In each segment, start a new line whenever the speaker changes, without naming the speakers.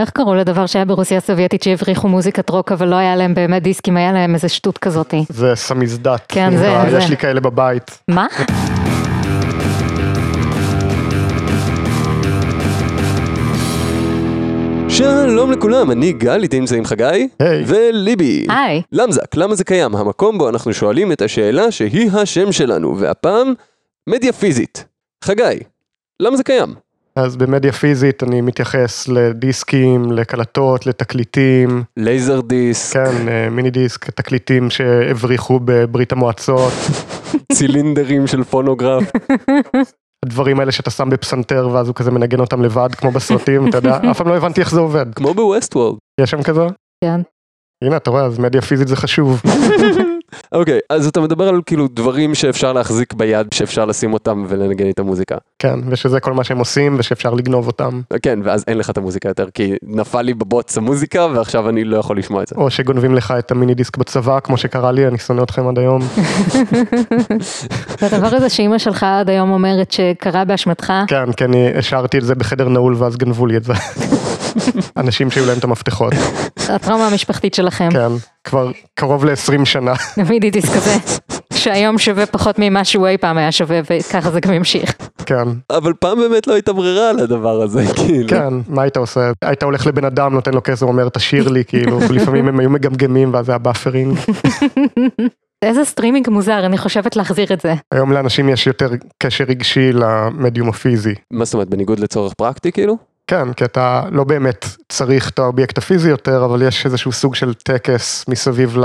איך קראו לדבר שהיה ברוסיה הסובייטית שהבריחו מוזיקת רוק אבל לא היה להם באמת דיסקים, היה להם איזה שטות כזאתי.
זה סמיזדת. כאילו,
כן, זה, זה.
יש לי כאלה בבית.
מה?
שלום לכולם, אני גל, איתי נמצאים חגי,
היי.
וליבי.
היי.
למזק, למה זה קיים? המקום בו אנחנו שואלים את השאלה שהיא השם שלנו, והפעם, מדיה פיזית. חגי, למה זה קיים?
אז במדיה פיזית אני מתייחס לדיסקים, לקלטות, לתקליטים,
לייזר דיסק,
כן, אה, מיני דיסק, תקליטים שהבריחו בברית המועצות, כן.
צילינדרים של פונוגרף.
הדברים האלה שאתה שם בפסנתר ואז הוא כזה מנגן אותם לבד כמו בסרטים, אתה יודע, אף פעם לא הבנתי איך זה עובד.
כמו בווסט וורד.
יש שם כזה?
כן.
הנה, אתה רואה, אז מדיה פיזית זה חשוב.
אוקיי, אז אתה מדבר על כאילו דברים שאפשר להחזיק ביד, שאפשר לשים אותם ולנגן איתם מוזיקה.
כן, ושזה כל מה שהם עושים ושאפשר לגנוב אותם,
כן, ואז אין לך את המוזיקה יותר, כי נפל לי בבוץ המוזיקה ועכשיו אני לא יכול לשמוע את זה.
או שגונבים לך את המיני דיסק בצבא, כמו שקרה לי, אני שונא אתכם עד היום.
והדבר הזה שאימא שלך עד היום אומרת שקרה באשמתך,
כן, כי אני השארתי את זה בחדר נעול ואז גנבו לי את זה. אנשים שהיו להם את המפתחות,
הטראומה המשפחתית שלכם.
כן, כבר קרוב ל-20 שנה.
מידי דיסק כזה, שהיום שווה פחות ממה שהוא אי פעם היה שווה, וככה זה גם ימשיך.
כן,
אבל פעם באמת לא הייתה ברירה על הדבר הזה, כאילו.
כן, מה היית עושה? היית הולך לבן אדם, נותן לו כסף, אומר, תשאיר לי, כאילו, לפעמים הם היו מגמגמים ואז היה באפרינג.
איזה סטרימינג מוזר, אני חושבת להחזיר את זה.
היום לאנשים יש יותר קשר רגשי למדיום הפיזי.
מה זאת אומרת, בניגוד לצורך פרקטי כאילו?
כן, כי אתה לא באמת צריך את האובייקט הפיזי יותר, אבל יש איזשהו סוג של טקס מסביב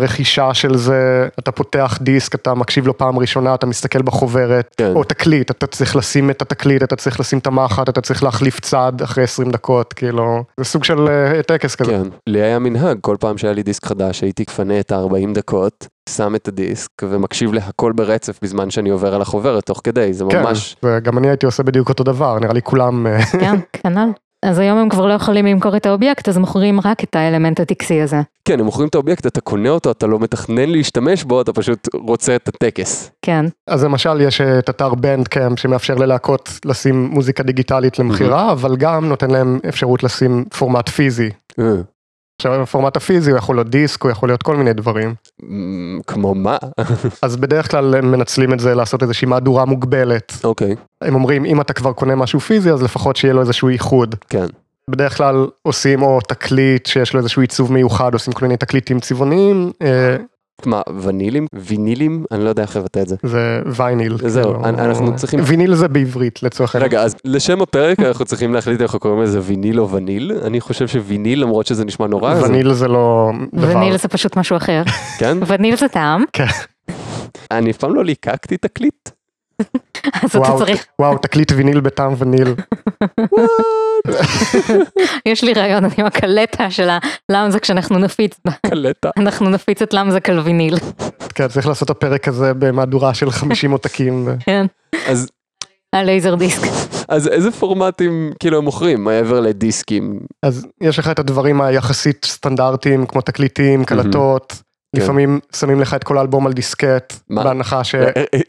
לרכישה של זה. אתה פותח דיסק, אתה מקשיב לו פעם ראשונה, אתה מסתכל בחוברת,
כן.
או תקליט, אתה צריך לשים את התקליט, אתה צריך לשים את המחט, אתה צריך להחליף צד אחרי 20 דקות, כאילו, זה סוג של אה, טקס כזה.
כן. לי היה מנהג, כל פעם שהיה לי דיסק חדש, הייתי מפנה את ה-40 דקות, שם את הדיסק ומקשיב להכל ברצף בזמן שאני עובר על החוברת תוך כדי, זה
כן,
ממש...
וגם אני הייתי עושה בדיוק אותו דבר, נראה לי כולם, אה,
כן, כנ"ל. אז היום הם כבר לא יכולים למכור את האובייקט, אז מוכרים רק את האלמנט הטקסי הזה.
כן, הם מוכרים את האובייקט, אתה קונה אותו, אתה לא מתכנן להשתמש בו, אתה פשוט רוצה את הטקס.
כן.
אז למשל יש אה, את אתר בנדקאמפ שמאפשר ללהקות לשים מוזיקה דיגיטלית למכירה, אבל גם נותן להם אפשרות לשים פורמט פיזי.
אה,
עכשיו הפורמט הפיזי הוא יכול להיות דיסק, הוא יכול להיות כל מיני דברים.
מ, כמו מה?
אז בדרך כלל הם מנצלים את זה לעשות איזושהי מהדורה מוגבלת.
אוקיי,
הם אומרים אם אתה כבר קונה משהו פיזי אז לפחות שיהיה לו איזשהו ייחוד.
כן.
בדרך כלל עושים או תקליט שיש לו איזשהו עיצוב מיוחד, עושים כל מיני תקליטים צבעוניים, אה,
מה, ונילים? וינילים? אני לא יודע איך לבטא את זה.
זה וייניל.
זהו,
כאילו.
אנ- אנחנו צריכים-
ויניל זה בעברית לצורך העניין.
רגע, אז לשם הפרק אנחנו צריכים להחליט איך קוראים לזה ויניל או וניל. אני חושב שוויניל, למרות שזה נשמע נורא, אז-
וניל זה לא דבר.
וניל זה פשוט משהו אחר.
כן?
וניל זה טעם,
אני אף פעם לא ליקקתי תקליט.
אז אתה
וואו,
צריך,
וואו, תקליט ויניל בטעם וניל.
יש לי רעיון, אני עם הקלטה של הלמזק שאנחנו נפיץ בה.
קלטה.
אנחנו נפיץ את למזק על ויניל.
כן, צריך לעשות את הפרק הזה במהדורה של 50 עותקים.
כן.
אז,
הלייזר דיסק.
אז איזה פורמטים כאילו הם מוכרים מעבר לדיסקים?
אז יש לך את הדברים היחסית סטנדרטיים, כמו תקליטים, קלטות, לפעמים שמים לך את כל האלבום על דיסקט,
כן. מה?
בהנחה ש...
אה, אה,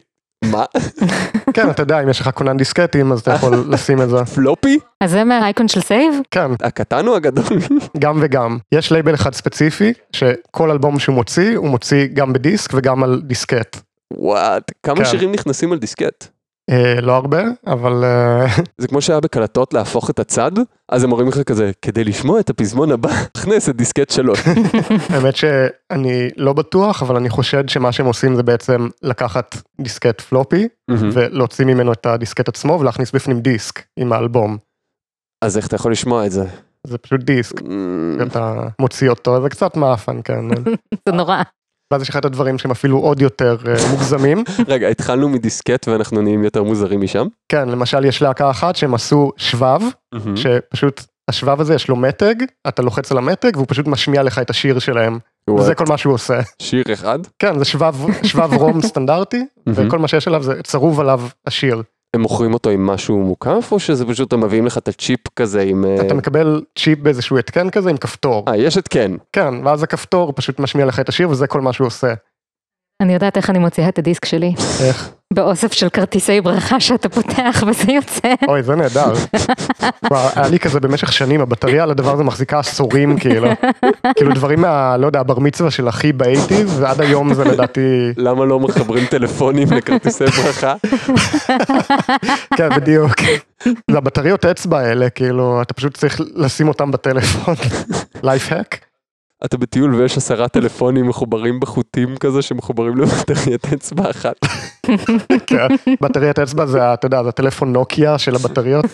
מה?
כן, אתה יודע, אם יש לך קונן דיסקטים, אז אתה יכול לשים את זה.
פלופי?
אז זה מהאייקון של סייב?
כן,
הקטן או הגדול?
גם וגם. יש לייבל אחד ספציפי, שכל אלבום שהוא מוציא, הוא מוציא גם בדיסק וגם על דיסקט.
וואט,
כן.
כמה שירים נכנסים על דיסקט?
אה, לא הרבה, אבל אה,
זה כמו שהיה בקלטות להפוך את הצד, אז הם אומרים לך כזה, כדי לשמוע את הפזמון הבא, הכנס את דיסקט שלוש.
האמת שאני לא בטוח, אבל אני חושד שמה שהם עושים זה בעצם לקחת דיסקט פלופי, ולהוציא ממנו את הדיסקט עצמו ולהכניס בפנים דיסק עם האלבום.
אז איך אתה יכול לשמוע את זה?
זה פשוט דיסק,
אמ,
אתה מוציא אותו, זה קצת מאפן, כן.
זה נורא.
ואז יש לך את הדברים שהם אפילו עוד יותר אה, מוגזמים.
Mm. רגע, התחלנו מדיסקט ואנחנו נהיים יותר מוזרים משם?
כן, למשל יש להקה אחת שהם עשו שבב, שפשוט השבב הזה יש לו מתג, אתה לוחץ על המתג והוא פשוט משמיע לך את השיר שלהם,
וואט,
וזה כל מה שהוא עושה.
שיר אחד?
כן, זה שבב, שבב רום סטנדרטי, וכל מה שיש עליו זה צרוב עליו השיר.
הם מוכרים אותו עם משהו מוקף, או שזה פשוט הם מביאים לך את הצ'יפ כזה עם... אה,
אתה מקבל צ'יפ באיזשהו התקן כזה עם כפתור.
אה, יש את כן.
כן, ואז הכפתור פשוט משמיע לך את השיר וזה כל מה שהוא עושה.
אני יודעת איך אני מוציאה את הדיסק שלי.
איך?
באוסף של כרטיסי ברכה שאתה פותח וזה יוצא.
אוי, זה נהדר. כבר היה לי כזה במשך שנים, הבטריה על הדבר הזה מחזיקה עשורים, כאילו. כאילו דברים מה, לא יודע, הבר מצווה של אחי באייטיז, ועד היום זה לדעתי,
למה לא מחברים טלפונים לכרטיסי ברכה?
כן, בדיוק. זה הבטריות אצבע האלה, כאילו, אתה פשוט צריך לשים אותם בטלפון. לייף האק.
אתה בטיול ויש עשרה טלפונים מחוברים בחוטים כזה שמחוברים לבטריית אצבע אחת.
כן. בטריית אצבע זה, ה- אתה יודע, זה הטלפון נוקיה של הבטריות.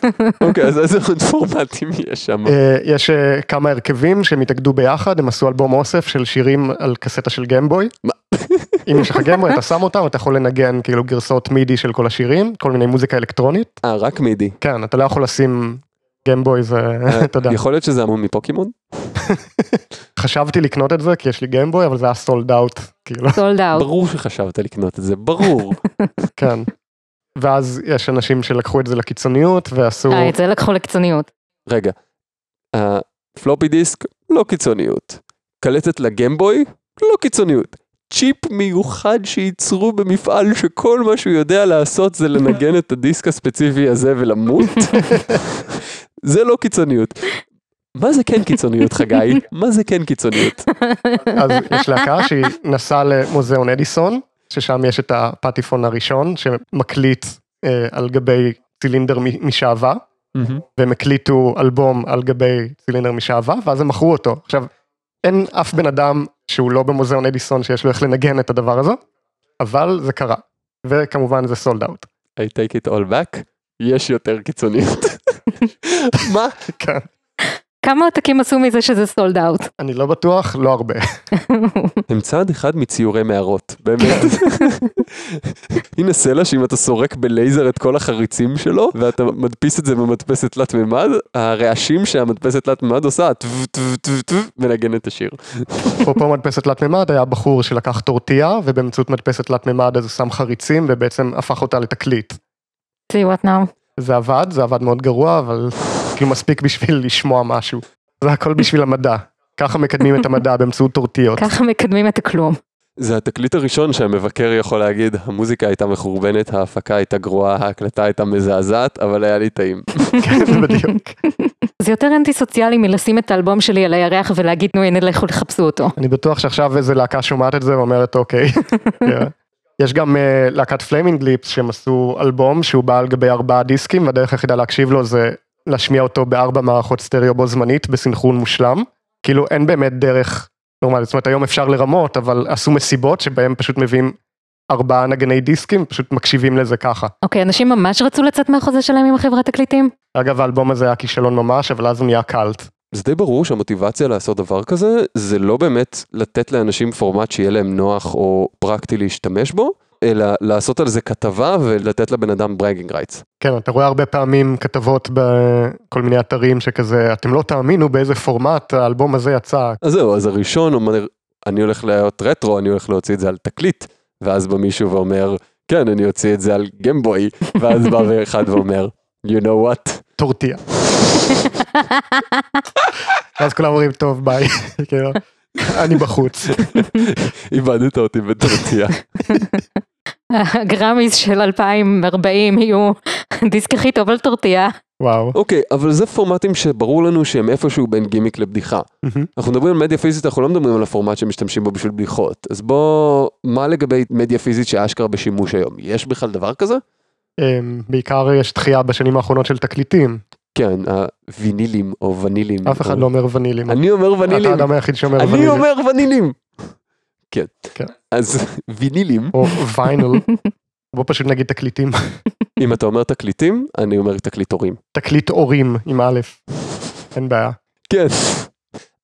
אוקיי, אז איזה עוד פורמטים יש שם?
אה, יש אה, כמה הרכבים שהם התאגדו ביחד, הם עשו אלבום אוסף של שירים על קסטה של גמבוי.
מה?
אם יש לך גמבוי, אתה שם אותם, אתה יכול לנגן כאילו גרסאות מידי של כל השירים, כל מיני מוזיקה אלקטרונית.
אה, רק מידי.
כן, אתה לא יכול לשים גמבוי, זה,
אה,
אתה יודע.
יכול להיות שזה המון מפוקימון?
חשבתי לקנות את זה, כי יש לי גמבוי, אבל זה היה סולד אאוט, כאילו,
סולד אאוט.
ברור שחשבת לקנות את זה, ברור.
כן. ואז יש אנשים שלקחו את זה לקיצוניות, ועשו...
אה, את זה לקחו לקיצוניות.
רגע, הפלופי דיסק, לא קיצוניות. קלטת לגמבוי, לא קיצוניות. צ'יפ מיוחד שייצרו במפעל שכל מה שהוא יודע לעשות זה לנגן את הדיסק הספציפי הזה ולמות? זה לא קיצוניות. מה זה כן קיצוניות, חגי? מה זה כן קיצוניות?
אז יש להקה שהיא נסעה למוזיאון אדיסון, ששם יש את הפטיפון הראשון שמקליט אה, על גבי צילינדר מ- משעווה, והם הקליטו אלבום על גבי צילינדר משעווה, ואז הם מכרו אותו. עכשיו, אין אף בן אדם שהוא לא במוזיאון אדיסון שיש לו איך לנגן את הדבר הזה, אבל זה קרה. וכמובן זה סולד אאוט.
I take it all back, יש יותר קיצוניות. מה?
כן.
כמה עותקים עשו מזה שזה סולד אאוט?
אני לא בטוח, לא הרבה.
הם צעד אחד מציורי מערות, באמת. הנה סלע שאם אתה סורק בלייזר את כל החריצים שלו, ואתה מדפיס את זה במדפסת תלת מימד, הרעשים שהמדפסת תלת מימד עושה, טו טו טו טו, מנגן את השיר.
אפרופו מדפסת תלת מימד, היה בחור שלקח טורטיה, ובאמצעות מדפסת תלת מימד אז הוא שם חריצים, ובעצם הפך אותה לתקליט.
see what now.
זה עבד, זה עבד מאוד גרוע, אבל כאילו מספיק בשביל לשמוע משהו. זה הכל בשביל המדע. ככה מקדמים את המדע באמצעות טורטיות.
ככה מקדמים את הכלום.
זה התקליט הראשון שהמבקר יכול להגיד, המוזיקה הייתה מחורבנת, ההפקה הייתה גרועה, ההקלטה הייתה מזעזעת, אבל היה לי טעים.
כן, בדיוק.
זה יותר אנטי סוציאלי מלשים את האלבום שלי על הירח ולהגיד נו הנה לכו תחפשו אותו.
אני בטוח שעכשיו איזה להקה שומעת את זה ואומרת אוקיי. כן. יש גם אה, להקת פליימינג ליפס שהם עשו אלבום שהוא בא על גבי ארבעה דיסקים והדרך היחידה להקשיב לו זה להשמיע אותו בארבע מערכות סטריאו בו זמנית בסנכרון מושלם. כאילו אין באמת דרך נורמלית, זאת אומרת היום אפשר לרמות אבל עשו מסיבות שבהם פשוט מביאים ארבעה נגני דיסקים פשוט מקשיבים לזה ככה.
אוקיי אנשים ממש רצו לצאת מהחוזה שלהם עם החברת תקליטים?
אגב האלבום הזה היה כישלון ממש אבל אז הוא נהיה קאלט.
זה די ברור שהמוטיבציה לעשות דבר כזה, זה לא באמת לתת לאנשים פורמט שיהיה להם נוח או פרקטי להשתמש בו, אלא לעשות על זה כתבה ולתת לבן אדם ברגינג רייטס.
כן, אתה רואה הרבה פעמים כתבות בכל מיני אתרים שכזה, אתם לא תאמינו באיזה פורמט האלבום הזה יצא.
אז זהו, אז הראשון אומר, אני הולך להיות רטרו, אני הולך להוציא את זה על תקליט, ואז בא מישהו ואומר, כן, אני אוציא את זה על גמבוי, ואז בא ואחד ואומר, you know what,
טורטיה. ואז כולם אומרים, טוב, ביי. כאילו, אני בחוץ.
איבדת אותי בטורטיה.
הגרמיז של 2040 יהיו דיסק הכי טוב על טורטיה.
וואו.
אוקיי, אבל זה פורמטים שברור לנו שהם איפשהו בין גימיק לבדיחה.
מהמם.
אנחנו מדברים על מדיה פיזית, אנחנו לא מדברים על הפורמט שמשתמשים בו בשביל בדיחות. אז בוא, מה לגבי מדיה פיזית שאשכרה בשימוש היום? יש בכלל דבר כזה?
אמ, בעיקר יש דחייה בשנים האחרונות של תקליטים.
כן, הווינילים או ונילים.
אף אחד
או-
לא אומר ונילים.
אני אומר
אתה
ונילים.
האדם היחיד שאומר
אני
ונילים.
אומר ונילים. כן.
כן.
אז וינילים,
או ויינל. בוא פשוט נגיד תקליטים.
אם אתה אומר תקליטים, אני אומר תקליטורים.
תקליט הורים עם א', אין בעיה.
כן.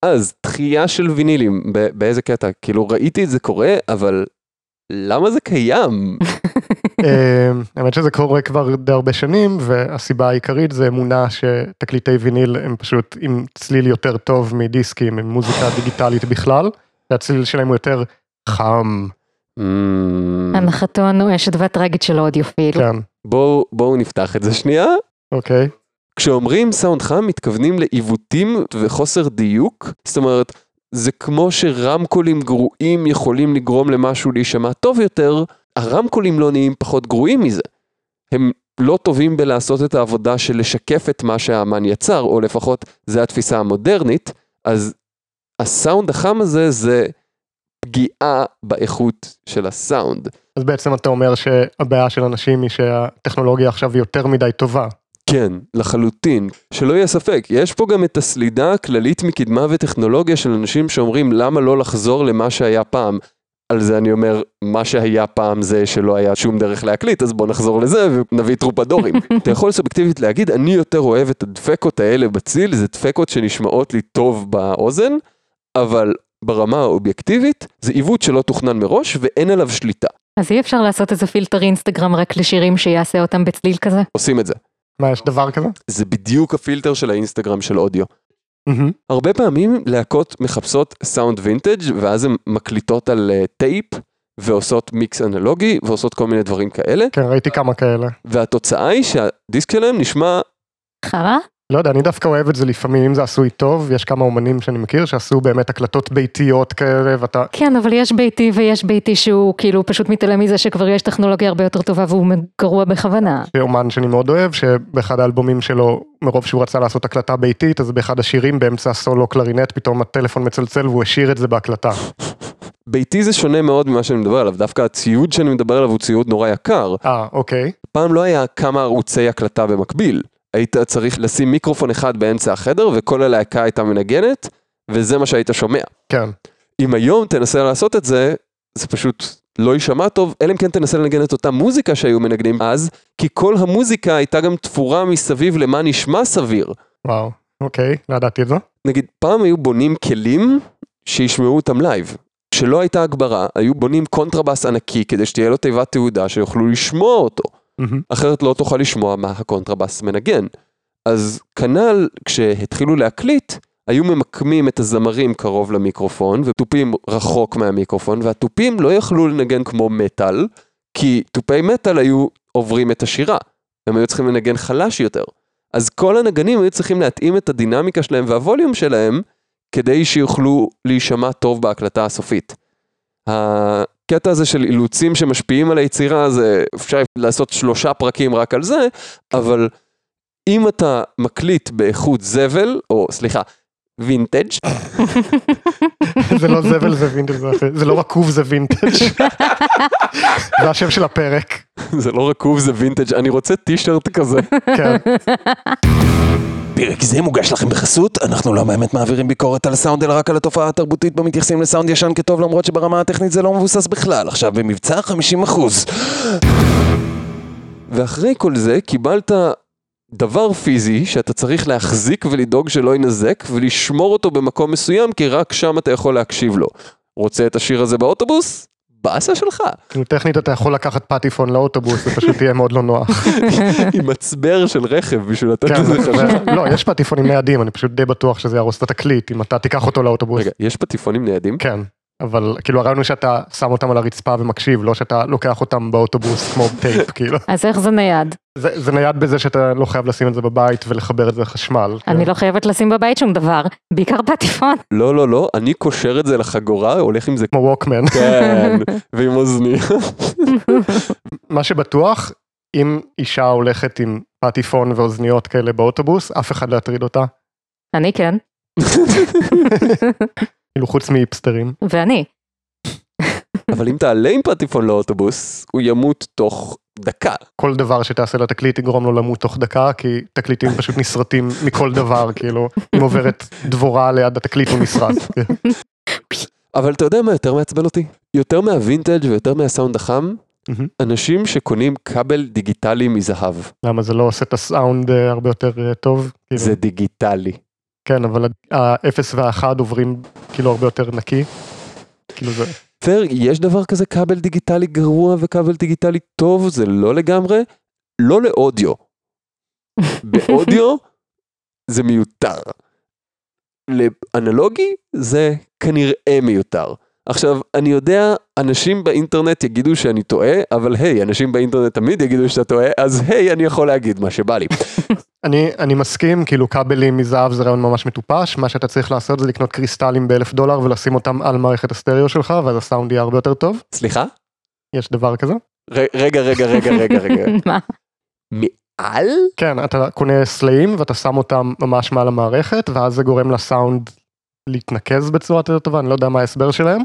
אז, דחייה של וינילים, ב- באיזה קטע? כאילו, ראיתי את זה קורה, אבל למה זה קיים?
אמ, האמת שזה קורה כבר די הרבה שנים והסיבה העיקרית זה אמונה שתקליטי ויניל הם פשוט עם צליל יותר טוב מדיסקים עם מוזיקה דיגיטלית בכלל. והצליל שלהם הוא יותר חם.
Mm,
הנחתו הנואשת והטרגית של אודיופיל.
כן,
בואו בואו נפתח את זה שנייה.
אוקיי.
כשאומרים סאונד חם מתכוונים לעיוותים וחוסר דיוק, זאת אומרת, זה כמו שרמקולים גרועים יכולים לגרום למשהו להישמע טוב יותר, הרמקולים לא נהיים פחות גרועים מזה. הם לא טובים בלעשות את העבודה של לשקף את מה שהאמן יצר, או לפחות זו התפיסה המודרנית, אז הסאונד החם הזה זה פגיעה באיכות של הסאונד.
אז בעצם אתה אומר שהבעיה של אנשים היא שהטכנולוגיה עכשיו היא יותר מדי טובה.
כן, לחלוטין. שלא יהיה ספק, יש פה גם את הסלידה הכללית מקדמה וטכנולוגיה של אנשים שאומרים למה לא לחזור למה שהיה פעם. על זה אני אומר, מה שהיה פעם זה שלא היה שום דרך להקליט, אז בוא נחזור לזה ונביא טרופדורים. אתה יכול סובייקטיבית להגיד, אני יותר אוהב את הדפקות האלה בציל, זה דפקות שנשמעות לי טוב באוזן, אבל ברמה האובייקטיבית, זה עיוות שלא תוכנן מראש ואין עליו שליטה.
אז אי אפשר לעשות איזה פילטר אינסטגרם רק לשירים שיעשה אותם בצליל כזה?
עושים את זה.
מה, יש דבר כזה?
זה בדיוק הפילטר של האינסטגרם של אודיו.
מהמם.
הרבה פעמים להקות מחפשות סאונד וינטג' ואז הן מקליטות על אה, טייפ ועושות מיקס אנלוגי ועושות כל מיני דברים כאלה,
כן, ראיתי כמה כאלה.
והתוצאה היא שהדיסק שלהם נשמע
חרא?
לא יודע, אני דווקא אוהב את זה לפעמים, אם זה עשוי טוב, יש כמה אומנים שאני מכיר שעשו באמת הקלטות ביתיות כאלה, ואתה...
כן, אבל יש ביתי ויש ביתי שהוא כאילו פשוט מתעלם מזה שכבר יש טכנולוגיה הרבה יותר טובה והוא גרוע בכוונה.
אומן שאני מאוד אוהב, שבאחד האלבומים שלו, מרוב שהוא רצה לעשות הקלטה ביתית, אז באחד השירים באמצע הסולו קלרינט, פתאום הטלפון מצלצל והוא השאיר את זה בהקלטה.
ביתי זה שונה מאוד ממה שאני מדבר עליו, דווקא הציוד שאני מדבר עליו הוא ציוד נורא יקר.
אה, אוקיי.
פעם לא היה כמה ערוצי הקלטה במקביל. היית צריך לשים מיקרופון אחד באמצע החדר וכל הלהקה הייתה מנגנת, וזה מה שהיית שומע.
כן.
אם היום תנסה לעשות את זה, זה פשוט לא יישמע טוב, אלא אם כן תנסה לנגן את אותה מוזיקה שהיו מנגנים אז, כי כל המוזיקה הייתה גם תפורה מסביב למה נשמע סביר.
וואו. אוקיי, לא ידעתי את זה.
נגיד, פעם היו בונים כלים שישמעו אותם לייב. כשלא הייתה הגברה, היו בונים קונטרבאס ענקי כדי שתהיה לו תיבת תעודה שיוכלו לשמוע אותו.
מהמם.
אחרת לא תוכל לשמוע מה הקונטרבאס מנגן. אז כנ"ל, כשהתחילו להקליט, היו ממקמים את הזמרים קרוב למיקרופון, ותופים רחוק מהמיקרופון, והתופים לא יכלו לנגן כמו מטאל, כי תופי מטאל היו עוברים את השירה. הם היו צריכים לנגן חלש יותר. אז כל הנגנים היו צריכים להתאים את הדינמיקה שלהם והווליום שלהם, כדי שיוכלו להישמע טוב בהקלטה הסופית. הקטע הזה של אילוצים שמשפיעים על היצירה, זה אפשר לעשות שלושה פרקים רק על זה, אבל אם אתה מקליט באיכות זבל, או סליחה, וינטג',
זה לא זבל זה וינטג', זה אחר. זה לא רקוב זה וינטג'. זה השם של הפרק.
זה לא רקוב, זה וינטג', אני רוצה טישרט כזה.
כן.
פרק זה מוגש לכם בחסות, אנחנו לא באמת מעבירים ביקורת על סאונד אלא רק על התופעה התרבותית בה מתייחסים לסאונד ישן כטוב למרות שברמה הטכנית זה לא מבוסס בכלל, עכשיו במבצע 50%.
ואחרי כל זה, קיבלת דבר פיזי שאתה צריך להחזיק ולדאוג שלא יינזק, ולשמור אותו במקום מסוים, כי רק שם אתה יכול להקשיב לו. רוצה את השיר הזה באוטובוס? באסה שלך.
כאילו, טכנית אתה יכול לקחת פטיפון לאוטובוס, זה פשוט יהיה מאוד לא נוח.
עם מצבר של רכב בשביל לתת
כן,
לזה
זה-
חשמל.
לא, יש פטיפונים ניידים, אני פשוט די בטוח שזה יהרוס את התקליט, אם אתה תיקח אותו לאוטובוס.
רגע, יש פטיפונים ניידים?
כן, אבל כאילו הרעיון הוא שאתה שם אותם על הרצפה ומקשיב, לא שאתה לוקח אותם באוטובוס כמו טייפ, כאילו.
אז איך זה נייד?
זה זה נייד בזה שאתה לא חייב לשים את זה בבית ולחבר את זה לחשמל. כן.
אני לא חייבת לשים בבית שום דבר, בעיקר פטיפון.
לא, לא, לא, אני קושר את זה לחגורה, הולך עם זה
כמו ווקמן.
כן, ועם אוזניה.
מה שבטוח, אם אישה הולכת עם פטיפון ואוזניות כאלה באוטובוס, אף אחד לא יטריד אותה,
אני כן,
כאילו חוץ מאיפסטרים.
ואני.
אבל אם תעלה עם פטיפון לאוטובוס, הוא ימות תוך דקה.
כל דבר שתעשה לתקליט יגרום לו למות תוך דקה, כי תקליטים פשוט נסרטים מכל דבר, כאילו, אם עוברת דבורה ליד התקליט הוא נסרט. כן.
אבל אתה יודע מה יותר מעצבן אותי? יותר מהווינטג' ויותר מהסאונד החם,
מהמם.
אנשים שקונים כבל דיגיטלי מזהב.
למה זה לא עושה את הסאונד אה, הרבה יותר אה, טוב? כאילו,
זה דיגיטלי.
כן, אבל האפס והאחד עוברים כאילו הרבה יותר נקי. כאילו זה,
פר, יש דבר כזה כבל דיגיטלי גרוע וכבל דיגיטלי טוב? זה לא לגמרי. לא לאודיו. באודיו זה מיותר. לאנלוגי זה כנראה מיותר. עכשיו, אני יודע, אנשים באינטרנט יגידו שאני טועה, אבל היי, אנשים באינטרנט תמיד יגידו שאתה טועה, אז היי, אני יכול להגיד מה שבא לי.
אני, אני מסכים, כאילו כבלים מזהב זה רעיון ממש מטופש, מה שאתה צריך לעשות זה לקנות קריסטלים באלף דולר ולשים אותם על מערכת הסטריאו שלך, ואז הסאונד יהיה הרבה יותר טוב.
סליחה?
יש דבר כזה?
ר- רגע, רגע, רגע, רגע, רגע.
מה?
מעל?
כן, אתה קונה סלעים ואתה שם אותם ממש מעל המערכת, ואז זה גורם לסאונד להתנקז בצורה יותר טובה, אני לא יודע מה ההסבר שלהם.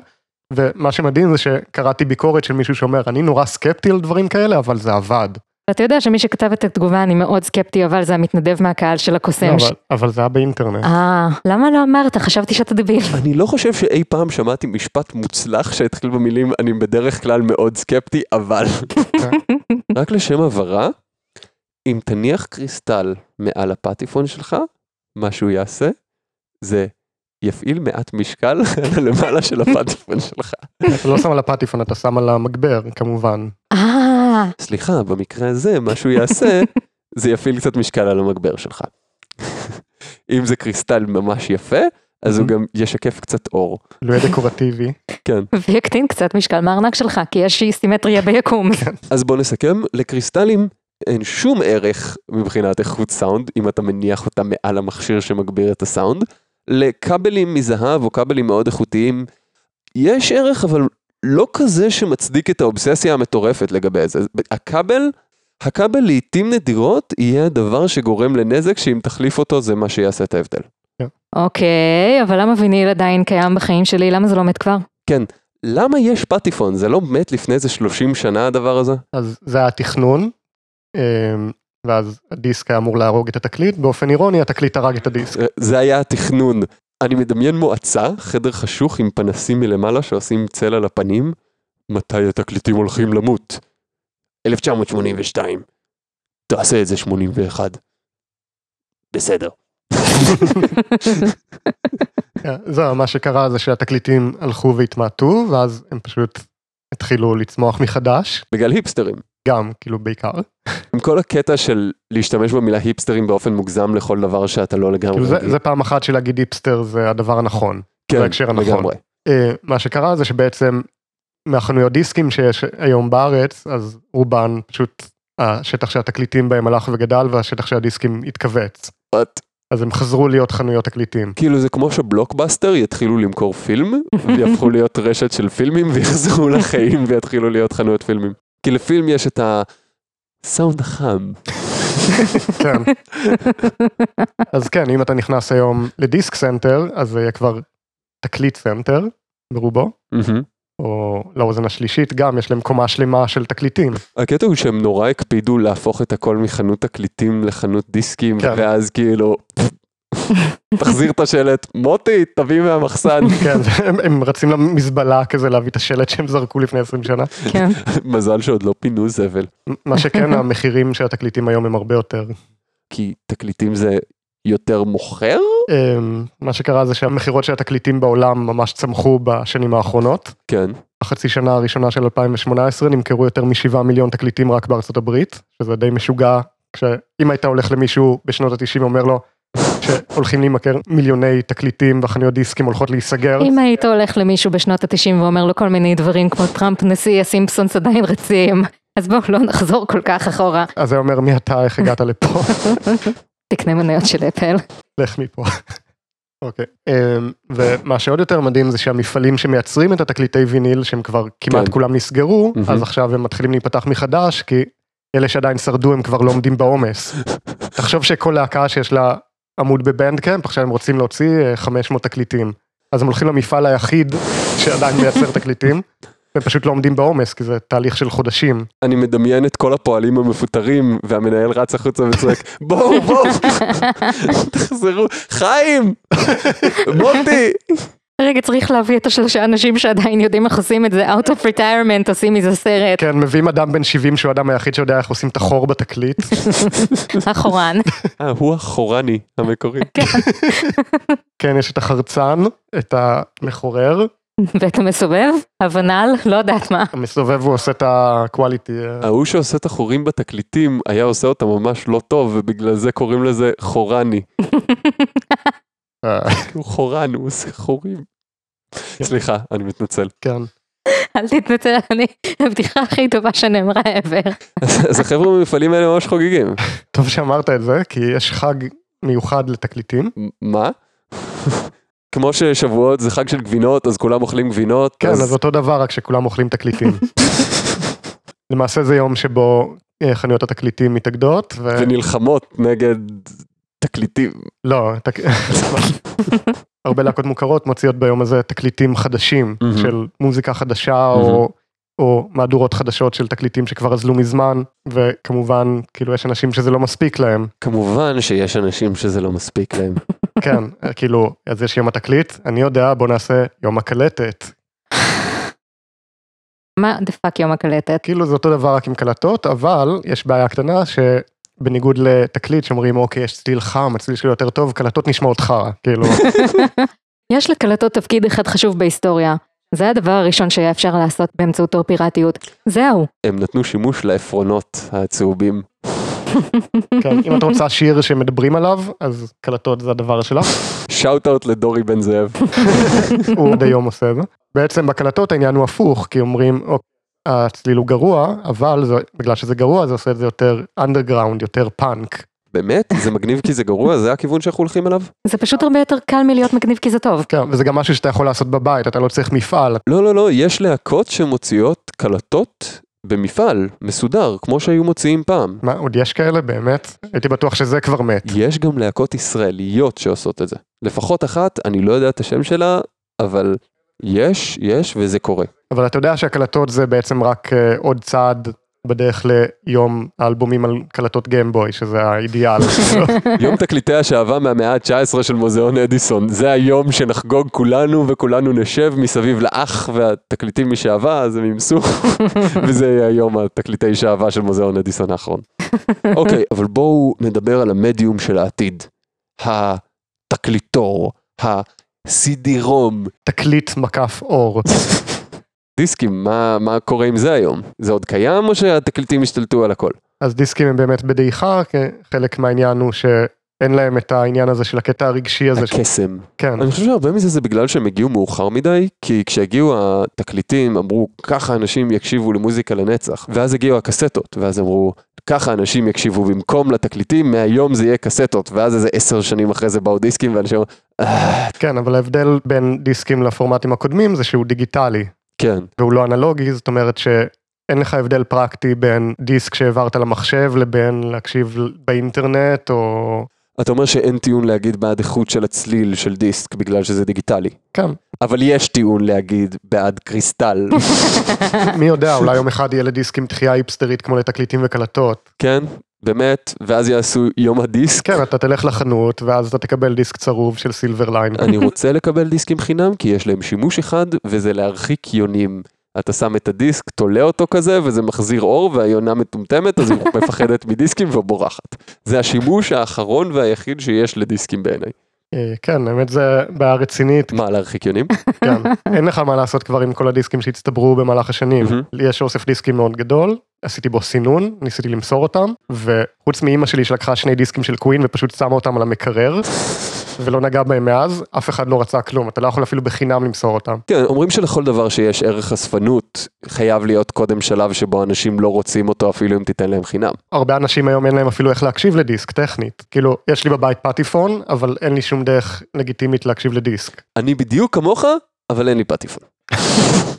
ומה שמדהים זה שקראתי ביקורת של מישהו שאומר, אני נורא סקפטי על דברים כאלה, אבל זה עבד.
ואתה יודע שמי שכתב את התגובה, אני מאוד סקפטי, אבל זה המתנדב מהקהל של
לא,
הקוסם. ש-
אבל, אבל זה היה באינטרנט.
אה, למה לא אמרת? חשבתי שאתה דביל.
אני לא חושב שאי פעם שמעתי משפט מוצלח שהתחיל במילים אני בדרך כלל מאוד סקפטי, אבל... רק לשם הבהרה, אם תניח קריסטל מעל הפטיפון שלך, מה שהוא יעשה זה יפעיל מעט משקל על הלמעלה של הפטיפון שלך.
אתה לא שם על הפטיפון, אתה שם על המגבר, כמובן.
אה,
סליחה, במקרה הזה, מה שהוא יעשה זה יפעיל קצת משקל על המגבר שלך. אם זה קריסטל ממש יפה, אז הוא גם ישקף קצת אור.
לואי לא דקורטיבי.
כן.
ויקטין קצת משקל מהארנק שלך, כי יש אי סימטריה ביקום.
אז בוא נסכם, לקריסטלים אין שום ערך מבחינת איכות סאונד, אם אתה מניח אותם מעל המכשיר שמגביר את הסאונד. לכבלים מזהב או כבלים מאוד איכותיים, יש ערך, אבל לא כזה שמצדיק את האובססיה המטורפת לגבי זה. הכבל, הכבל לעיתים נדירות יהיה הדבר שגורם לנזק, שאם תחליף אותו זה מה שיעשה את ההבדל.
אוקיי, אבל למה ויניל עדיין קיים בחיים שלי? למה זה לא מת כבר?
למה יש פטיפון? זה לא מת לפני איזה 30 שנה הדבר הזה?
אז זה היה התכנון, אמ, ואז הדיסק היה אמור להרוג את התקליט, באופן אירוני התקליט הרג את הדיסק.
זה היה התכנון. אני מדמיין מועצה, חדר חשוך עם פנסים מלמעלה שעושים צל על הפנים. מתי התקליטים הולכים למות? 1982. תעשה את זה 81. בסדר.
זהו, מה שקרה זה שהתקליטים הלכו והתמעטו, ואז הם פשוט התחילו לצמוח מחדש,
בגלל היפסטרים.
גם, כאילו בעיקר.
עם כל הקטע של להשתמש במילה היפסטרים באופן מוגזם לכל דבר שאתה לא לגמרי...
כאילו זה,
רגיל.
זה פעם אחת שלהגיד היפסטר זה הדבר הנכון. בהקשר הנכון.
לגמרי.
אה, מה שקרה זה שבעצם מהחנויות דיסקים שיש היום בארץ, אז רובן פשוט, השטח של התקליטים בהם הלך וגדל, והשטח של הדיסקים התכווץ.
What?
אז הם חזרו להיות חנויות תקליטים.
כאילו זה כמו שבלוקבאסטר יתחילו למכור פילם, ויהפכו להיות רשת של פילמים, ויחזרו לחיים ויתחילו להיות חנויות פילמים. כי לפילם יש את הסאונד החם.
כן. אז כן, אם אתה נכנס היום לדיסק סנטר, אז זה יהיה כבר תקליט סנטר ברובו,
מהמם.
או לאוזן השלישית גם, יש להם קומה שלמה של תקליטים.
הקטע הוא שהם נורא הקפידו להפוך את הכל מחנות תקליטים לחנות דיסקים,
כן.
ואז כאילו, תחזיר את השלט, מוטי, תביא מהמחסן.
כן, הם, הם רצים למזבלה כזה להביא את השלט שהם זרקו לפני 20 שנה.
כן.
מזל שעוד לא פינו זבל,
מה שכן, המחירים של התקליטים היום הם הרבה יותר.
כי תקליטים זה יותר מוכר?
אמ, מה שקרה זה שהמכירות של התקליטים בעולם ממש צמחו בשנים האחרונות.
כן.
בחצי שנה הראשונה של 2018 נמכרו יותר מ-7 מיליון תקליטים רק בארצות הברית, שזה די משוגע, כשאם היית הולך למישהו בשנות ה-90 ואומר לו שהולכים להימכר מיליוני תקליטים והחנויות דיסקים הולכות להיסגר,
אם היית הולך למישהו בשנות התשעים ואומר לו כל מיני דברים כמו טראמפ נשיא הסימפסונס עדיין רצים, אז בואו לא נחזור כל כך אחורה.
אז זה אומר מי אתה, איך הגעת לפה,
תקנה מניות של אפל.
לך מפה. אוקיי, אמ, ומה שעוד יותר מדהים זה שהמפעלים שמייצרים את התקליטי ויניל, שהם כבר כמעט
כן.
כולם נסגרו,
מהמם.
אז עכשיו הם מתחילים להיפתח מחדש, כי אלה שעדיין שרדו הם כבר לא עומדים בעומס. תחשוב שכל להקה שיש לה עמוד בבנדקאמפ, עכשיו הם רוצים להוציא אה, 500 תקליטים. אז הם הולכים למפעל היחיד שעדיין מייצר תקליטים, והם פשוט לא עומדים בעומס, כי זה תהליך של חודשים.
אני מדמיין את כל הפועלים המפוטרים, והמנהל רץ החוצה וצועק, בואו, בואו, תחזרו, חיים, מוטי,
רגע, צריך להביא את השלושה אנשים שעדיין יודעים איך עושים את זה, out of retirement עושים מזה סרט,
כן, מביאים אדם בן 70 שהוא האדם היחיד שיודע איך עושים את החור בתקליט.
כן.
אחורן.
אה, הוא החורני המקורי.
כן, יש את החרצן, את המחורר,
ואת המסובב, הוונל, לא יודעת מה.
המסתובב הוא עושה את ה-quality. אה,
ההוא שעושה את החורים בתקליטים, היה עושה אותם ממש לא טוב, ובגלל זה קוראים לזה חורני.
אה,
הוא חורן, הוא עושה חורים. סליחה, אני מתנצל.
כן.
אל תתנצל, אני הבדיחה הכי טובה שנאמרה ever.
אז אז החבר'ה במפעלים האלה ממש חוגגים.
טוב שאמרת את זה, כי יש חג מיוחד לתקליטים.
מ- מה? כמו ששבועות זה חג של גבינות, אז כולם אוכלים גבינות.
כן, אז אותו דבר, רק שכולם אוכלים תקליטים. למעשה זה יום שבו אה, חנויות התקליטים מתאגדות, ו...
ונלחמות נגד תקליטים.
לא, תק... הרבה להקות מוכרות מוציאות ביום הזה תקליטים חדשים
מהמם.
של מוזיקה חדשה או, או מהדורות חדשות של תקליטים שכבר אזלו מזמן, וכמובן, כאילו יש אנשים שזה לא מספיק להם.
כמובן שיש אנשים שזה לא מספיק להם.
כן, כאילו, אז יש יום התקליט, אני יודע, בוא נעשה יום הקלטת.
מה דה פאק יום הקלטת?
כאילו זה אותו דבר רק עם קלטות, אבל יש בעיה קטנה שבניגוד לתקליט שאומרים אוקיי יש צליל חם, הצליל שלו יותר טוב, קלטות נשמעות חרא, כאילו,
יש לקלטות תפקיד אחד חשוב בהיסטוריה. זה הדבר הראשון שהיה אפשר לעשות באמצעותו פיראטיות. זהו.
הם נתנו שימוש לעפרונות הצהובים.
כן, אם את רוצה שיר שמדברים עליו, אז קלטות זה הדבר שלך,
שאוט אאוט לדורי בן זאב.
הוא עד היום עושה את זה. בעצם בקלטות העניין הוא הפוך, כי אומרים אוקיי, הצליל הוא גרוע, אבל זה, בגלל שזה גרוע זה עושה את זה יותר אנדרגראונד, יותר פאנק.
באמת? זה מגניב כי זה גרוע? זה הכיוון שאנחנו הולכים אליו?
זה פשוט הרבה יותר קל מלהיות מגניב כי זה טוב.
כן, וזה גם משהו שאתה יכול לעשות בבית, אתה לא צריך מפעל,
לא, לא, לא, יש להקות שמוציאות קלטות במפעל מסודר, כמו שהיו מוציאים פעם.
מה, עוד יש כאלה באמת? הייתי בטוח שזה כבר מת.
יש גם להקות ישראליות שעושות את זה. לפחות אחת, אני לא יודע את השם שלה, אבל יש, יש, וזה קורה.
אבל אתה יודע שהקלטות זה בעצם רק אה, עוד צעד בדרך ליום האלבומים על קלטות גיימבוי, שזה האידיאל.
יום תקליטי השעווה מהמאה ה-19 של מוזיאון אדיסון. זה היום שנחגוג כולנו, וכולנו נשב מסביב לאח והתקליטים משעווה, אז הם ימסו, וזה יהיה היום התקליטי שעווה של מוזיאון אדיסון האחרון. אוקיי, אבל בואו נדבר על המדיום של העתיד. התקליטור, ה-CD-ROM.
תקליט מקף אור.
דיסקים, מה, מה קורה עם זה היום? זה עוד קיים או שהתקליטים השתלטו על הכל?
אז דיסקים הם באמת בדעיכה, כי חלק מהעניין הוא שאין להם את העניין הזה של הקטע הרגשי הזה. ש-
הקסם.
כן,
אני חושב שהרבה מזה זה בגלל שהם הגיעו מאוחר מדי, כי כשהגיעו התקליטים אמרו ככה אנשים יקשיבו למוזיקה לנצח, ואז הגיעו הקסטות, ואז אמרו ככה אנשים יקשיבו במקום לתקליטים, מהיום זה יהיה קסטות, ואז איזה עשר שנים אחרי זה באו דיסקים ואנשים אמרו, "אה,
כן, אבל ההבדל בין דיסקים לפורמטים הקודמים זה שהוא דיגיטלי,
כן,
והוא לא אנלוגי, זאת אומרת ש... אין לך הבדל פרקטי בין דיסק שהעברת למחשב לבין להקשיב באינטרנט או...
אתה אומר שאין טיעון להגיד בעד איכות של הצליל של דיסק בגלל שזה דיגיטלי,
כן,
אבל יש טיעון להגיד בעד קריסטל,
מי יודע, אולי יום אחד יהיה לדיסק עם תחייה היפסטרית כמו לתקליטים וקלטות.
כן? באמת? ואז יעשו יום הדיסק?
כן, אתה תלך לחנות, ואז אתה תקבל דיסק צרוב של סילבר ליין.
אני רוצה לקבל דיסקים חינם כי יש להם שימוש אחד וזה להרחיק יונים. אתה שם את הדיסק, תולה אותו כזה וזה מחזיר אור והיונה מטומטמת אז היא מפחדת מדיסקים ובורחת. זה השימוש האחרון והיחיד שיש לדיסקים בעיניי.
אה, כן, האמת זה בעיה רצינית,
מה, להרחיק יונים?
כן. אין לך מה לעשות כבר עם כל הדיסקים שהצטברו במהלך השנים.
מהמם.
לי יש אוסף דיסקים מאוד גדול, עשיתי בו סינון, ניסיתי למסור אותם, וחוץ מאימא שלי שלקחה שני דיסקים של קווין ופשוט שמה אותם על המקרר, ולא נגעה בהם מאז, אף אחד לא רצה כלום, אתה לא יכול אפילו בחינם למסור אותם.
כן, אומרים שלכל דבר שיש ערך חשפנות, חייב להיות קודם שלב שבו אנשים לא רוצים אותו אפילו אם תיתן להם חינם.
הרבה אנשים היום אין להם אפילו איך להקשיב לדיסק, טכנית. כאילו, יש לי בבית פטיפון, אבל אין לי שום דרך לגיטימית להקשיב לדיסק.
אני בדיוק כמוך, אבל אין לי פטיפון.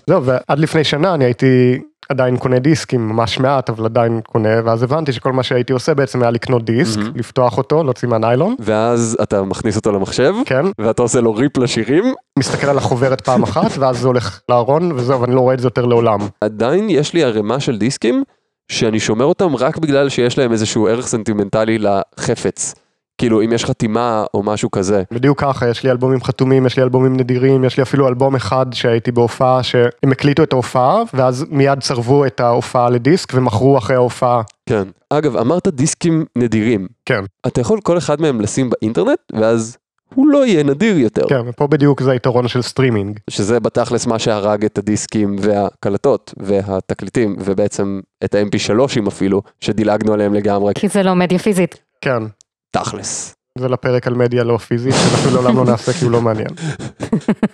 זהו, ועד לפני שנה אני הייתי עדיין קונה דיסקים, ממש מעט, אבל עדיין קונה, ואז הבנתי שכל מה שהייתי עושה בעצם היה לקנות דיסק,
מהמם.
לפתוח אותו, להוציא מהניילון,
ואז אתה מכניס אותו למחשב,
כן,
ואתה עושה לו ריפ לשירים,
מסתכל על החוברת פעם אחת, ואז זה הולך לארון, וזהו, ואני לא רואה את זה יותר לעולם.
עדיין יש לי ערימה של דיסקים שאני שומר אותם רק בגלל שיש להם איזשהו ערך סנטימנטלי לחפץ. כאילו, אם יש חתימה או משהו כזה.
בדיוק ככה, יש לי אלבומים חתומים, יש לי אלבומים נדירים, יש לי אפילו אלבום אחד שהייתי בהופעה, שהם הקליטו את ההופעה, ואז מיד צרבו את ההופעה לדיסק, ומכרו אחרי ההופעה.
כן. אגב, אמרת דיסקים נדירים.
כן.
אתה יכול כל אחד מהם לשים באינטרנט, ואז הוא לא יהיה נדיר יותר.
כן, ופה בדיוק זה היתרון של סטרימינג.
שזה בתכלס מה שהרג את הדיסקים והקלטות והתקליטים, ובעצם את ה-MP3ים אפילו, שדילגנו עליהם לגמרי.
כי זה לא מדיה פיזית.
כן,
תכלס.
זה לפרק על מדיה לא פיזית, שאנחנו לעולם לא נעשה כי הוא לא מעניין.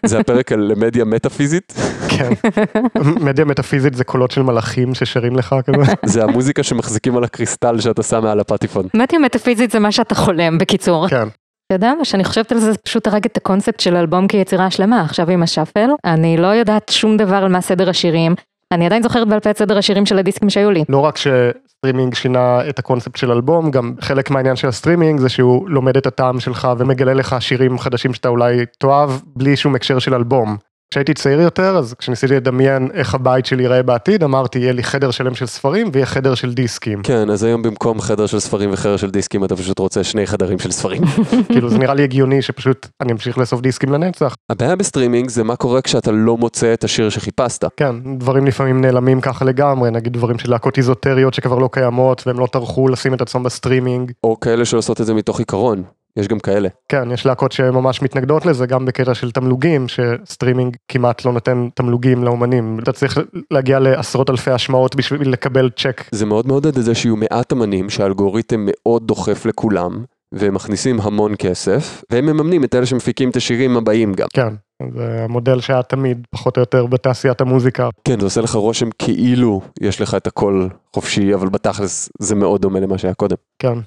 זה הפרק על מדיה מטאפיזית.
כן. מדיה מטאפיזית זה קולות של מלאכים ששרים לך כזה.
זה המוזיקה שמחזיקים על הקריסטל שאתה שם מעל הפטיפון.
מדיה מטאפיזית זה מה שאתה חולם, בקיצור.
כן.
אתה יודע מה שאני חושבת על זה, זה פשוט הרג את הקונספט של אלבום כיצירה שלמה, עכשיו עם השאפל. אני לא יודעת שום דבר על מה סדר השירים, אני עדיין זוכרת בעל פה את סדר השירים של הדיסקים שהיו לי.
לא רק שסטרימינג שינה את הקונספט של אלבום, גם חלק מהעניין של הסטרימינג זה שהוא לומד את הטעם שלך ומגלה לך שירים חדשים שאתה אולי תאהב, בלי שום הקשר של אלבום. כשהייתי צעיר יותר, אז כשניסיתי לדמיין איך הבית שלי ייראה בעתיד, אמרתי, יהיה לי חדר שלם של ספרים ויהיה חדר של דיסקים.
כן, אז היום במקום חדר של ספרים וחדר של דיסקים, אתה פשוט רוצה שני חדרים של ספרים.
כאילו, זה נראה לי הגיוני שפשוט אני אמשיך לאסוף דיסקים לנצח.
הבעיה בסטרימינג זה מה קורה כשאתה לא מוצא את השיר שחיפשת.
כן, דברים לפעמים נעלמים ככה לגמרי, נגיד דברים של להקות איזוטריות שכבר לא קיימות, והם לא טרחו לשים את עצמם בסטרימינג.
או כאלה שעושות את זה מתוך עיקרון, יש גם כאלה.
כן, יש להקות שממש מתנגדות לזה, גם בקטע של תמלוגים, שסטרימינג כמעט לא נותן תמלוגים לאומנים. אתה צריך להגיע לעשרות אלפי השמעות בשביל לקבל צ'ק.
זה מאוד מעודד את זה שיהיו מעט אמנים שהאלגוריתם מאוד דוחף לכולם, והם מכניסים המון כסף, והם מממנים את אלה שמפיקים את השירים הבאים גם.
כן, זה המודל שהיה תמיד, פחות או יותר, בתעשיית המוזיקה.
כן, זה עושה לך רושם כאילו יש לך את הכל חופשי, אבל בתכלס זה מאוד דומה למה שהיה קודם.
כן.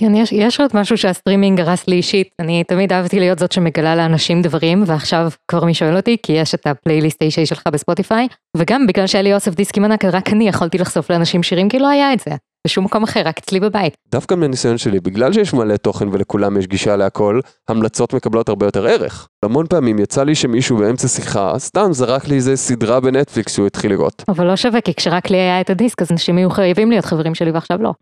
כן, יש, יש עוד משהו שהסטרימינג הרס לי אישית. אני תמיד אהבתי להיות זאת שמגלה לאנשים דברים, ועכשיו כבר מי שואל אותי, כי יש את הפלייליסט האישי שלך בספוטיפיי, וגם בגלל שהיה לי אוסף דיסקים ענק, רק אני יכולתי לחשוף לאנשים שירים, כי לא היה את זה. בשום מקום אחר, רק אצלי בבית.
דווקא מהניסיון שלי, בגלל שיש מלא תוכן ולכולם יש גישה להכל, המלצות מקבלות הרבה יותר ערך. המון פעמים יצא לי שמישהו באמצע שיחה, סתם זרק לי איזה סדרה בנטפליקס שהוא התחיל לראות.
אבל לא שווה, כי כשרק לי היה את הדיסק, אז אנשים היו חייבים להיות חברים שלי, ועכשיו לא.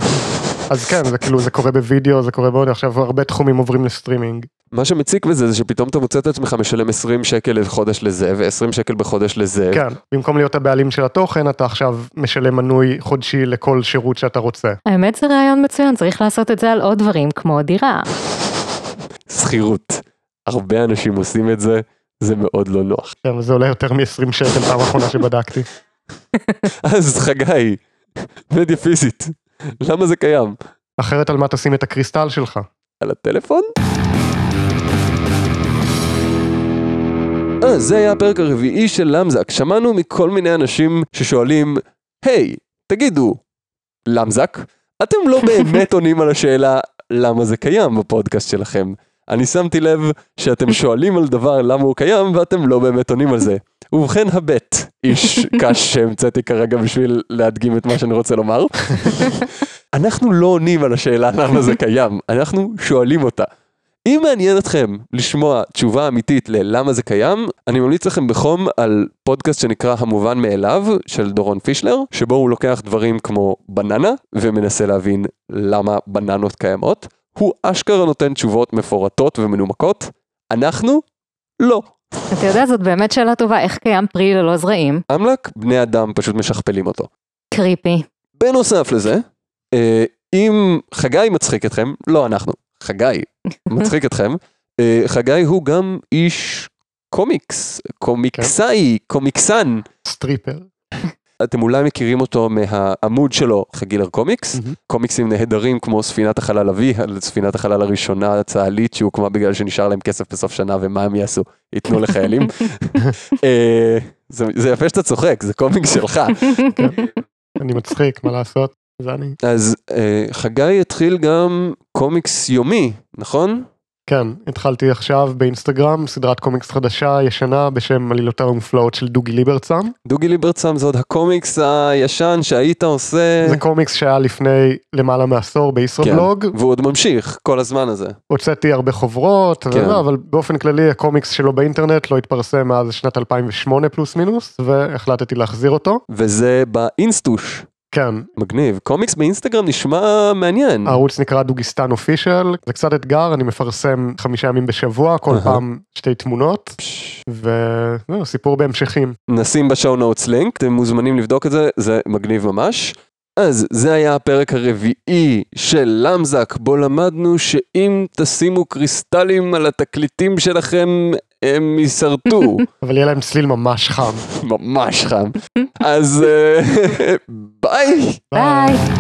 אז כן, זה כאילו, זה קורה בווידאו, זה קורה בעוד, עכשיו הרבה תחומים עוברים לסטרימינג.
מה שמציק בזה זה שפתאום אתה מוצא את עצמך משלם 20 שקל בחודש לזה, ו-20 שקל בחודש לזה.
כן, במקום להיות הבעלים של התוכן, אתה עכשיו משלם מנוי חודשי לכל שירות שאתה רוצה.
האמת זה רעיון מצוין, צריך לעשות את זה על עוד דברים, כמו דירה.
שכירות. הרבה אנשים עושים את זה, זה מאוד לא נוח.
כן, וזה עולה יותר מ-20 שקל פעם האחרונה שבדקתי.
אז חגי, מדיה פיזית, למה זה קיים?
אחרת על מה תשים את הקריסטל שלך?
על הטלפון? אז אה, זה היה הפרק הרביעי של למזק. שמענו מכל מיני אנשים ששואלים, היי, תגידו, למזק, אתם לא באמת עונים על השאלה למה זה קיים בפודקאסט שלכם. אני שמתי לב שאתם שואלים על דבר למה הוא קיים ואתם לא באמת עונים על זה. ובכן הבט, איש קש שהמצאתי כרגע בשביל להדגים את מה שאני רוצה לומר. אנחנו לא עונים על השאלה למה זה קיים, אנחנו שואלים אותה. אם מעניין אתכם לשמוע תשובה אמיתית ללמה זה קיים, אני ממליץ לכם בחום על פודקאסט שנקרא המובן מאליו של דורון פישלר, שבו הוא לוקח דברים כמו בננה ומנסה להבין למה בננות קיימות. הוא אשכרה נותן תשובות מפורטות ומנומקות, אנחנו לא.
אתה יודע, זאת באמת שאלה טובה, איך קיים פרי ללא זרעים?
אמל"ק, בני אדם פשוט משכפלים אותו.
קריפי.
בנוסף לזה, אה, אם חגי מצחיק אתכם, לא אנחנו, חגי מצחיק אתכם, אה, חגי הוא גם איש קומיקס, קומיקסאי, קומיקסן.
סטריפר.
אתם אולי מכירים אותו מהעמוד שלו, חגילר קומיקס,
מהמם.
קומיקסים נהדרים כמו ספינת החלל אבי, על ספינת החלל הראשונה הצה"לית שהוקמה בגלל שנשאר להם כסף בסוף שנה ומה הם יעשו? ייתנו לחיילים? אה, זה זה יפה שאתה צוחק, זה קומיקס שלך.
אני מצחיק, מה לעשות? זה אני.
אז אה, חגי התחיל גם קומיקס יומי, נכון?
כן, התחלתי עכשיו באינסטגרם, סדרת קומיקס חדשה, ישנה, בשם עלילותיו המופלאות של דוגי ליברצם.
דוגי ליברצם זה עוד הקומיקס הישן שהיית עושה.
זה קומיקס שהיה לפני למעלה מעשור בישראבלוג.
והוא עוד ממשיך כל הזמן הזה.
הוצאתי הרבה חוברות,
כן.
וזה, אבל באופן כללי הקומיקס שלו באינטרנט לא התפרסם מאז שנת 2008 פלוס מינוס, והחלטתי להחזיר אותו.
וזה באינסטוש.
כן,
מגניב. קומיקס באינסטגרם נשמע מעניין.
הערוץ נקרא דוגיסטן אופישל, זה קצת אתגר, אני מפרסם חמישה ימים בשבוע, כל
אהה.
פעם שתי תמונות,
פש,
וזהו, סיפור בהמשכים.
נשים בשואו נוטס לינק, אתם מוזמנים לבדוק את זה, זה מגניב ממש. אז זה היה הפרק הרביעי של למזק, בו למדנו שאם תשימו קריסטלים על התקליטים שלכם, הם יישרטו.
אבל יהיה להם צליל ממש חם.
Also, ממש חם. אז אה, ביי!
ביי.